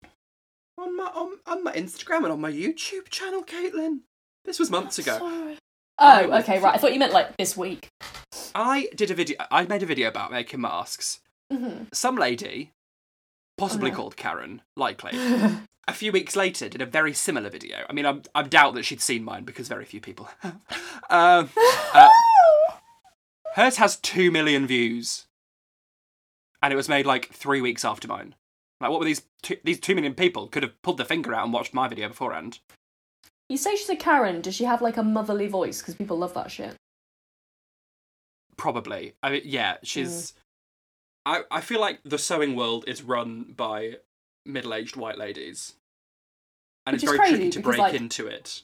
Speaker 1: on my on, on my Instagram and on my YouTube channel, Caitlin. This was months ago.
Speaker 2: Sorry.
Speaker 1: I
Speaker 2: Oh,
Speaker 1: was-
Speaker 2: okay, right. I thought you meant like this week.
Speaker 1: I did a video. I made a video about making masks.
Speaker 2: Mm-hmm.
Speaker 1: Some lady, possibly
Speaker 2: no.
Speaker 1: called Karen, likely.
Speaker 2: hmm
Speaker 1: a few weeks later did a very similar video. I mean, I'm, I doubt that she'd seen mine because very few people have. um, uh, hers has 2 million views. And it was made like three weeks after mine. Like, what were these two, these 2 million people could have pulled their finger out and watched my video beforehand?
Speaker 2: You say she's a Karen. Does she have like a motherly voice? Because people love that shit.
Speaker 1: Probably. I mean, yeah,
Speaker 2: Mm.
Speaker 1: she's. I, I feel like the sewing world is run by middle aged white ladies. And
Speaker 2: Which
Speaker 1: it's
Speaker 2: is
Speaker 1: very tricky
Speaker 2: crazy
Speaker 1: to
Speaker 2: because,
Speaker 1: break
Speaker 2: like-
Speaker 1: into it.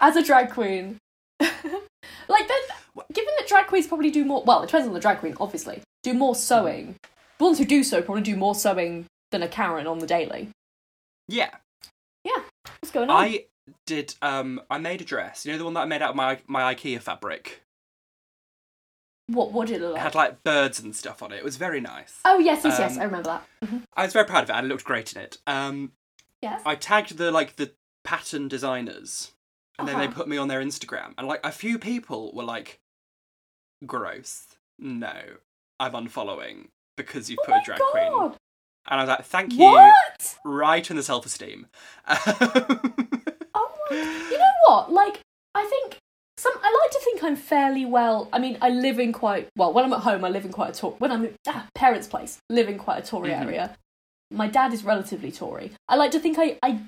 Speaker 2: As a drag queen, like then, given that drag queens probably do more. Well, it depends on the drag queen, obviously. Do more sewing. The ones who do so probably do more sewing than a Karen on the daily.
Speaker 1: Yeah.
Speaker 2: What's going on?
Speaker 1: I did. Um, I made a dress. You know the one that I made out of my my IKEA fabric.
Speaker 2: What what did it look
Speaker 1: It
Speaker 2: like?
Speaker 1: had like birds and stuff on it. It was very nice.
Speaker 2: oh yes, yes, yes.
Speaker 1: um,
Speaker 2: I remember that.
Speaker 1: I was very proud of it. and it looked great in it. Um,
Speaker 2: Yes.
Speaker 1: I tagged the like the pattern designers, and then they
Speaker 2: Uh-huh.
Speaker 1: put me on their Instagram. And like a few people were like, "Gross, no, I'm unfollowing because you've
Speaker 2: Oh
Speaker 1: put a
Speaker 2: my
Speaker 1: drag queen."
Speaker 2: God.
Speaker 1: And I was like, "Thank you."
Speaker 2: What?
Speaker 1: Right in the self esteem.
Speaker 2: Oh my You know what? Like, I think some. I like to think I'm fairly well. I mean, I live in quite well. When I'm at home, I live in quite a Tory. When I'm at ah, parents' place, live in quite a Tory
Speaker 1: Mhm.
Speaker 2: area. My dad is relatively Tory. I like to think I I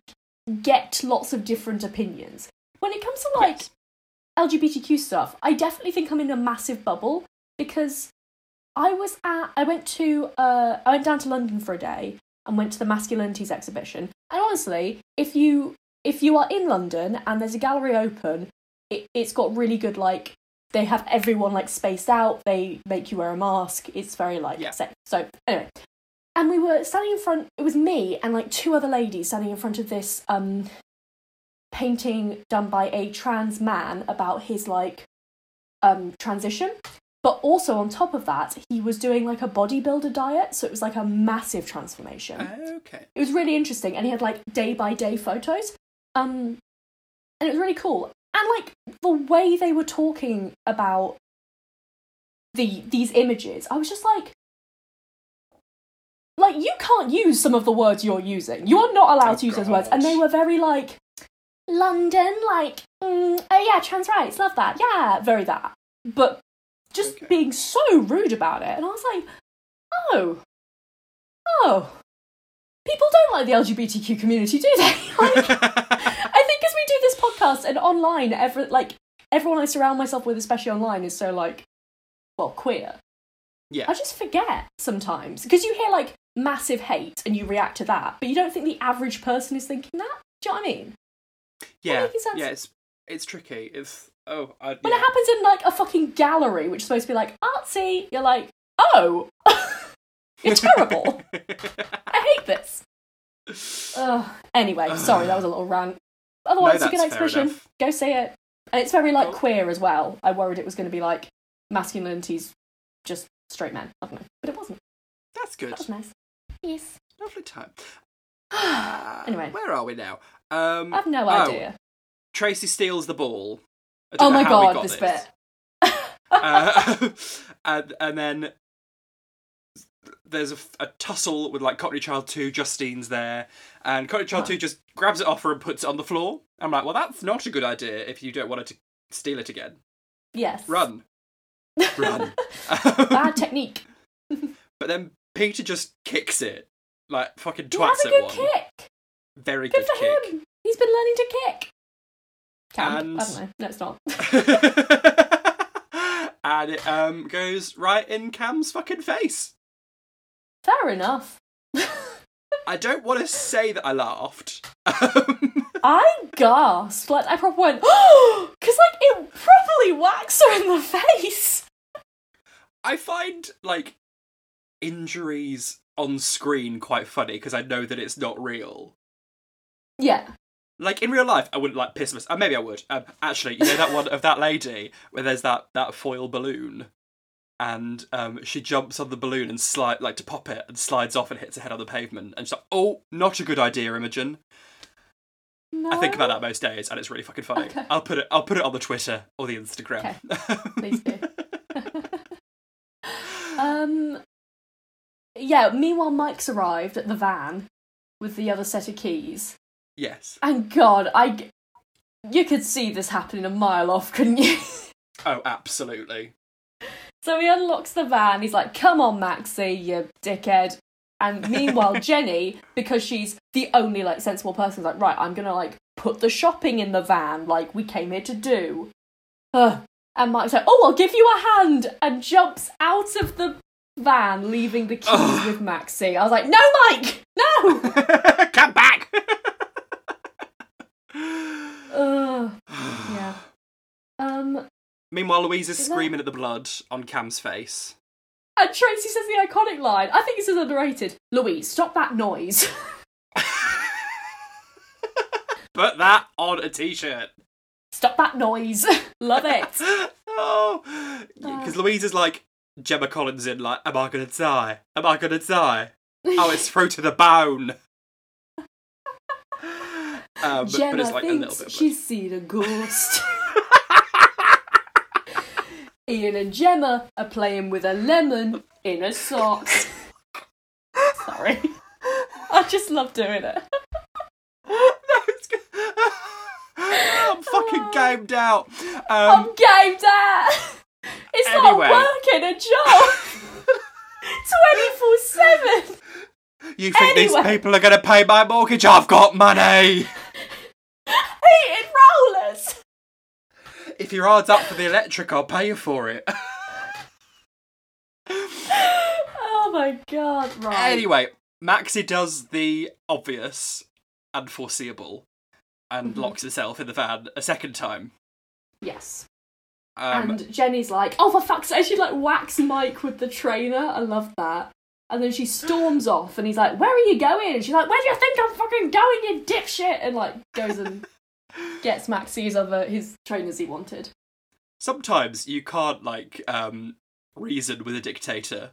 Speaker 2: get lots of different opinions. When it comes to like
Speaker 1: Yes.
Speaker 2: LGBTQ stuff, I definitely think I'm in a massive bubble because I was at I went to uh I went down to London for a day and went to the masculinities exhibition. And honestly, if you if you are in London and there's a gallery open, it, it's got really good like they have everyone like spaced out. They make you wear a mask. It's very like
Speaker 1: Yeah.
Speaker 2: safe. So anyway, and we were standing in front. It was me and like two other ladies standing in front of this um painting done by a trans man about his like um transition. But also on top of that, he was doing like a bodybuilder diet, so it was like a massive transformation
Speaker 1: Okay.
Speaker 2: it was really interesting and he had like day by day photos um and it was really cool and like the way they were talking about the these images i was just like like you can't use some of the words you're using you are not allowed
Speaker 1: Oh,
Speaker 2: to use those words
Speaker 1: God.
Speaker 2: and they were very like london like mm, oh yeah trans rights love that yeah very that but just
Speaker 1: Okay.
Speaker 2: being so rude about it and i was like oh oh people don't like the lgbtq community do they like, I think as we do this podcast and online, every like everyone I surround myself with, especially online, is so like, well, queer.
Speaker 1: Yeah.
Speaker 2: I just forget sometimes because you hear like massive hate and you react to that, but you don't think the average person is thinking that. Do you know what I mean?
Speaker 1: yeah.
Speaker 2: making sense.
Speaker 1: Yeah. It's it's tricky. It's oh. I,
Speaker 2: When
Speaker 1: yeah.
Speaker 2: it happens in like a fucking gallery, which is supposed to be like artsy, you're like, oh, you're terrible. Uh, I hate this. Ugh. Anyway, sorry, that was a little rant. Otherwise, it's a good
Speaker 1: that's fair
Speaker 2: exhibition.
Speaker 1: enough.
Speaker 2: Go see it. And it's very like
Speaker 1: Cool.
Speaker 2: queer as well. I worried it was going to be like masculinity's just straight men. I don't know, but it wasn't.
Speaker 1: That's good.
Speaker 2: That was nice. Yes.
Speaker 1: Lovely time.
Speaker 2: I
Speaker 1: Uh,
Speaker 2: Anyway.
Speaker 1: where are we now? Um,
Speaker 2: have no
Speaker 1: oh,
Speaker 2: idea.
Speaker 1: Tracy steals the ball. I don't
Speaker 2: Oh
Speaker 1: know
Speaker 2: my
Speaker 1: how we
Speaker 2: god,
Speaker 1: got
Speaker 2: this, bit.
Speaker 1: uh, and, and then there's a, f- a tussle with like Cockney Child 2, Justine's there, and Cockney Child
Speaker 2: Huh.
Speaker 1: 2 just grabs it off her and puts it on the floor. I'm like, well, that's not a good idea if you don't want her to steal it again.
Speaker 2: Yes.
Speaker 1: Run. Run.
Speaker 2: Bad technique.
Speaker 1: but then Peter just kicks it, like fucking
Speaker 2: He
Speaker 1: twats
Speaker 2: has
Speaker 1: at
Speaker 2: a good
Speaker 1: one.
Speaker 2: kick.
Speaker 1: Very
Speaker 2: Good
Speaker 1: good,
Speaker 2: for
Speaker 1: kick.
Speaker 2: him. He's been learning to kick. Camp.
Speaker 1: And-
Speaker 2: I don't know. No, it's not.
Speaker 1: and it um, goes right in Cam's fucking face.
Speaker 2: Fair enough.
Speaker 1: I don't want to say that I laughed. Um,
Speaker 2: I gasped. Like I probably went, oh, because like it properly whacks her in the face.
Speaker 1: I find like injuries on screen quite funny because I know that it's not real.
Speaker 2: Yeah.
Speaker 1: Like in real life, I wouldn't like piss myself. Uh, maybe I would. Um, actually, you know that one of that lady where there's that that foil balloon, and um, she jumps on the balloon and slide like to pop it and slides off and hits her head on the pavement. And she's like, "Oh, not a good idea, Imogen."
Speaker 2: No.
Speaker 1: I think about that most days, and it's really fucking funny.
Speaker 2: Okay.
Speaker 1: I'll put it. I'll put it on the Twitter or the Instagram.
Speaker 2: Please do. um. Yeah. Meanwhile, Mike's arrived at the van with the other set of keys,
Speaker 1: yes.
Speaker 2: and God, I. g- You could see this happening a mile off, couldn't you?
Speaker 1: Oh, absolutely.
Speaker 2: So he unlocks the van. He's like, "Come on, Maxie, you dickhead." And meanwhile, Jenny, because she's the only like sensible person, is like, "Right, I'm gonna like put the shopping in the van, like we came here to do." Ugh. And Mike's like, "Oh, I'll give you a hand," and jumps out of the van, leaving the keys
Speaker 1: Ugh.
Speaker 2: with Maxie. I was like, "No, Mike, no!"
Speaker 1: Come back.
Speaker 2: Ugh. Yeah. Um.
Speaker 1: Meanwhile, Louise is
Speaker 2: Is that-
Speaker 1: screaming at the blood on Cam's face.
Speaker 2: And Tracy says the iconic line. I think this is underrated. Louise, stop that noise.
Speaker 1: Put that on a t-shirt.
Speaker 2: stop that noise. Love it.
Speaker 1: oh, because Louise is like Gemma Collins in like, "Am I gonna die? Am I gonna die? Oh, it's through to the bone." Um,
Speaker 2: Gemma
Speaker 1: but it's like a
Speaker 2: thinks
Speaker 1: little bit. of blood.
Speaker 2: she's seen a ghost. Ian and Gemma are playing with a lemon in a sock. Sorry. I just love doing it.
Speaker 1: no, it's good. I'm fucking gamed out.
Speaker 2: Oh. I'm
Speaker 1: Um,
Speaker 2: gamed out. It's
Speaker 1: Anyway.
Speaker 2: not working a job. 24 7.
Speaker 1: you think these
Speaker 2: anyway.
Speaker 1: people are going to pay my mortgage? I've got money.
Speaker 2: Heated rollers.
Speaker 1: If your hard's up for the electric, I'll pay you for it.
Speaker 2: Oh my god, right.
Speaker 1: anyway, Maxie does the
Speaker 2: Mm-hmm.
Speaker 1: obvious and foreseeable and locks herself in the van a second time.
Speaker 2: Yes.
Speaker 1: Um,
Speaker 2: and Jenny's like, oh, for fuck's sake, she like whacks Mike with the trainer. I love that. And then she storms off, and he's like, where are you going? And she's like, where do you think I'm fucking going, you dipshit? And like goes and gets Maxie's other his trainers he wanted.
Speaker 1: sometimes you can't like um, reason with a dictator.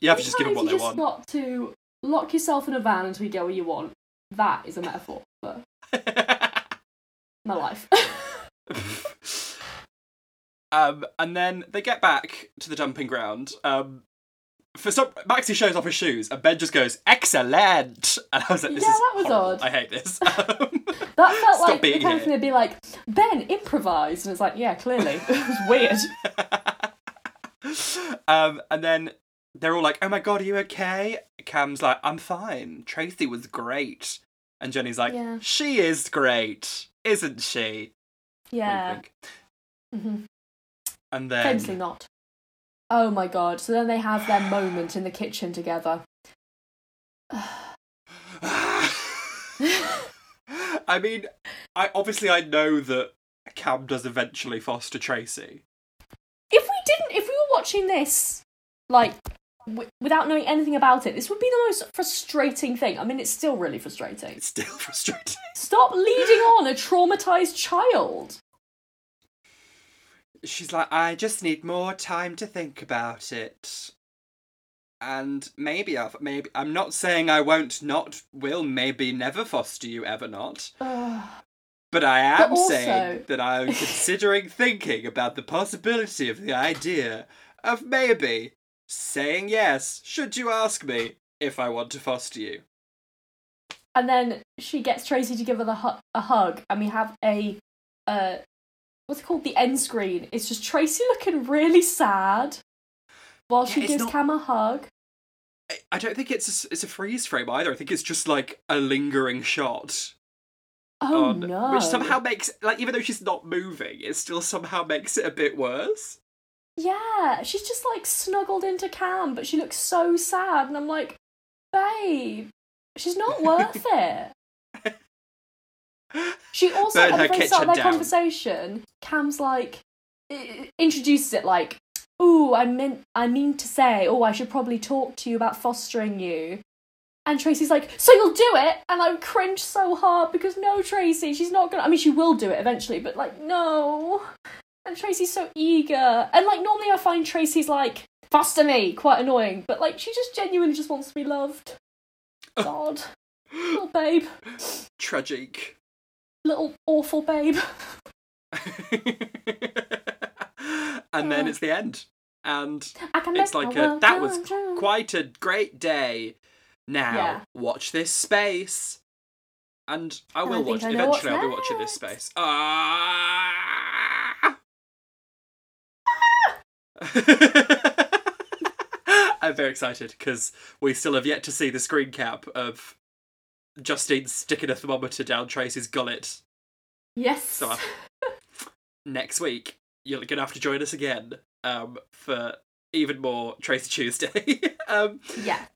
Speaker 1: You have to just give them what
Speaker 2: Sometimes
Speaker 1: they
Speaker 2: you
Speaker 1: want.
Speaker 2: just got to lock yourself in a van until you get what you want. That is a metaphor for my life.
Speaker 1: um, and then they get back to the dumping ground. Um, for some, Maxi shows off his shoes, and Ben just goes, "Excellent!" And I was like, "This
Speaker 2: Yeah,
Speaker 1: is
Speaker 2: that was
Speaker 1: horrible.
Speaker 2: odd.
Speaker 1: I hate this." Um,
Speaker 2: That felt
Speaker 1: Stop
Speaker 2: like the
Speaker 1: being
Speaker 2: kind
Speaker 1: here.
Speaker 2: of thing they'd be like, Ben improvised, and it's like, yeah, clearly, it was weird.
Speaker 1: um, and then they're all like, "Oh my god, are you okay?" Cam's like, "I'm fine. Tracy was great," and Jenny's like,
Speaker 2: Yeah.
Speaker 1: "She is great, isn't she?" What do you
Speaker 2: Yeah,
Speaker 1: think?
Speaker 2: hmm
Speaker 1: And then
Speaker 2: famously not. Oh my god! So then they have their moment in the kitchen together.
Speaker 1: I mean, I obviously I know that Cam does eventually foster Tracy.
Speaker 2: If we didn't, if we were watching this, like. W- without knowing anything about it, this would be the most frustrating thing. I mean, it's still really frustrating.
Speaker 1: It's still frustrating.
Speaker 2: Stop leading on a traumatized child.
Speaker 1: She's like, I just need more time to think about it. And maybe I've maybe I'm not saying I won't not will maybe never foster you ever not.
Speaker 2: Ugh.
Speaker 1: But I am
Speaker 2: also-
Speaker 1: saying that I'm considering thinking about the possibility of the idea of maybe saying yes, should you ask me if I want to foster you.
Speaker 2: and then she gets Tracy to give her the hu- a hug, and we have a uh, what's it called the end screen. It's just Tracy looking really sad while she
Speaker 1: Yeah, it's
Speaker 2: gives
Speaker 1: not-
Speaker 2: Cam a hug.
Speaker 1: I- I don't think it's a, s- it's a freeze frame either. I think it's just like a lingering shot.
Speaker 2: Oh
Speaker 1: on-
Speaker 2: no!
Speaker 1: Which somehow makes like even though she's not moving, it still somehow makes it a bit worse.
Speaker 2: yeah, she's just like snuggled into Cam, but she looks so sad, and I'm like, babe, she's not worth it. She also
Speaker 1: Burn
Speaker 2: at
Speaker 1: her
Speaker 2: the very start
Speaker 1: kitchen
Speaker 2: of their
Speaker 1: down.
Speaker 2: conversation, Cam's like i- introduces it like, "Ooh, I meant I mean to say, oh, I should probably talk to you about fostering you." And Tracy's like, "So you'll do it?" And I cringe so hard because no, Tracy, she's not gonna. I mean, she will do it eventually, but like, no. And Tracy's so eager, and like normally I find Tracy's like foster me quite annoying, but like she just genuinely just wants to be loved. God, little babe,
Speaker 1: Tragic.
Speaker 2: little awful babe.
Speaker 1: and then
Speaker 2: Oh.
Speaker 1: it's the end. And
Speaker 2: I can
Speaker 1: it's
Speaker 2: make
Speaker 1: like
Speaker 2: my
Speaker 1: a,
Speaker 2: world
Speaker 1: that was
Speaker 2: come true.
Speaker 1: quite a great day. Now
Speaker 2: Yeah.
Speaker 1: watch this space. And I
Speaker 2: And Oh, I
Speaker 1: will
Speaker 2: think
Speaker 1: watch
Speaker 2: I know what's
Speaker 1: eventually I'll be watching this
Speaker 2: next.
Speaker 1: space. Ah! I'm very excited because we still have yet to see the screen cap of Justine sticking a thermometer down Tracy's gullet
Speaker 2: Yes.
Speaker 1: So I- next week, you're going to have to join us again um, for even more Tracy Tuesday. um,
Speaker 2: yeah.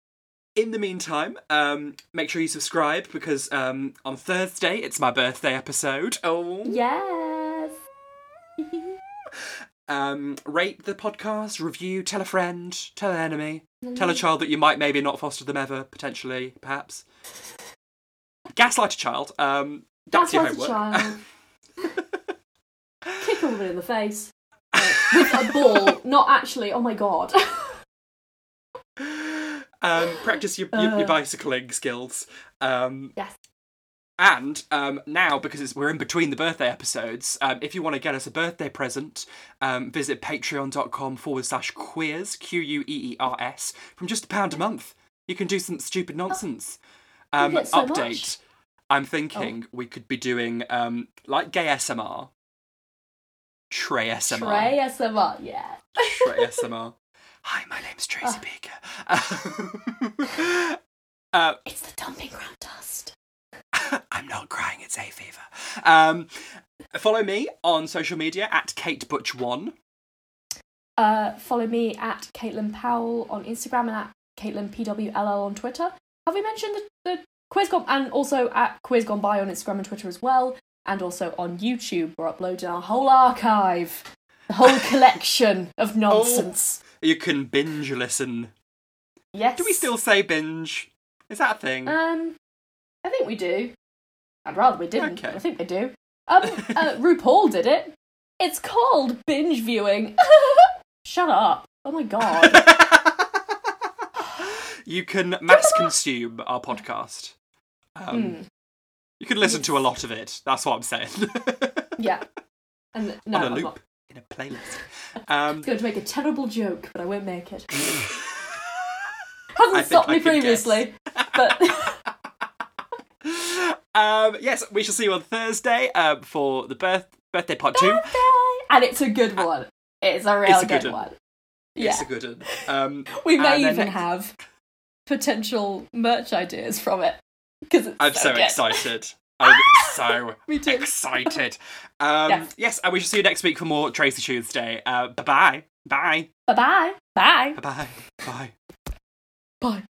Speaker 1: in the meantime, um, make sure you subscribe because um, on Thursday, it's my birthday episode. Oh.
Speaker 2: Yes.
Speaker 1: Um, rate the podcast, review, tell a friend, tell an enemy, tell a child that you might maybe not foster them ever, potentially, perhaps. Gaslight a child. Um, that's
Speaker 2: That's
Speaker 1: your
Speaker 2: like a
Speaker 1: homework.
Speaker 2: child. Kick a woman in the face. Uh, with a ball, not actually. Oh my god.
Speaker 1: um, practice your, your, your
Speaker 2: Uh.
Speaker 1: bicycling skills. Um,
Speaker 2: Yes.
Speaker 1: And um, now, because it's, we're in between the birthday episodes, um, if you want to get us a birthday present, um, visit patreon.com forward slash queers, Q U E E R S, from just a pound a month. You can do some stupid nonsense. Um,
Speaker 2: Oh, get so much. Oh.
Speaker 1: update. I'm thinking we could be doing um, like gay SMR, Trey SMR.
Speaker 2: Trey SMR, yeah.
Speaker 1: Tra- ASMR. Hi, my name's Tracy
Speaker 2: Ah.
Speaker 1: Beaker. uh,
Speaker 2: It's the dumping ground dust.
Speaker 1: I'm not crying, it's hay fever. Um, follow me on social media at KateButch1.
Speaker 2: Uh, follow me at Caitlin Powell on Instagram and at CaitlinPWLL on Twitter. Have we mentioned the, the quiz gone and also at quiz gone by on Instagram and Twitter as well? and also on YouTube. We're uploading our whole archive, the whole collection of
Speaker 1: Oh.
Speaker 2: nonsense.
Speaker 1: You can binge listen.
Speaker 2: Yes.
Speaker 1: Do we still say binge? Is that a thing?
Speaker 2: Um, I think we do. I'd rather we didn't.
Speaker 1: Okay.
Speaker 2: but I think they do. Um, uh, RuPaul did it. It's called binge viewing. Shut up! Oh my god.
Speaker 1: you can mass consume our podcast. Um,
Speaker 2: Mm,
Speaker 1: You can listen to a
Speaker 2: Yes.
Speaker 1: lot of it. That's what I'm saying.
Speaker 2: yeah. And no,
Speaker 1: On a
Speaker 2: I'm
Speaker 1: loop
Speaker 2: not.
Speaker 1: in a playlist. Um,
Speaker 2: It's going to make a terrible joke, but I won't make it. Hasn't
Speaker 1: think
Speaker 2: stopped
Speaker 1: I
Speaker 2: me
Speaker 1: can guess.
Speaker 2: previously, but
Speaker 1: um, yes, we shall see you on Thursday um, for the birth birthday part two. Ah.
Speaker 2: and it's a good one. It's a real
Speaker 1: It's a
Speaker 2: good,
Speaker 1: good one.
Speaker 2: one. Yeah,
Speaker 1: It's a good one. Um,
Speaker 2: we
Speaker 1: and
Speaker 2: may
Speaker 1: then
Speaker 2: even
Speaker 1: next-
Speaker 2: have potential merch ideas from it because
Speaker 1: I'm so,
Speaker 2: good.
Speaker 1: excited. I'm so
Speaker 2: Me too.
Speaker 1: excited. Um,
Speaker 2: Yes.
Speaker 1: Yes, and we shall see you next week for more Tracy Tuesday. Uh, bye-bye. Bye.
Speaker 2: Bye-bye. Bye.
Speaker 1: Bye-bye. Bye.
Speaker 2: Bye.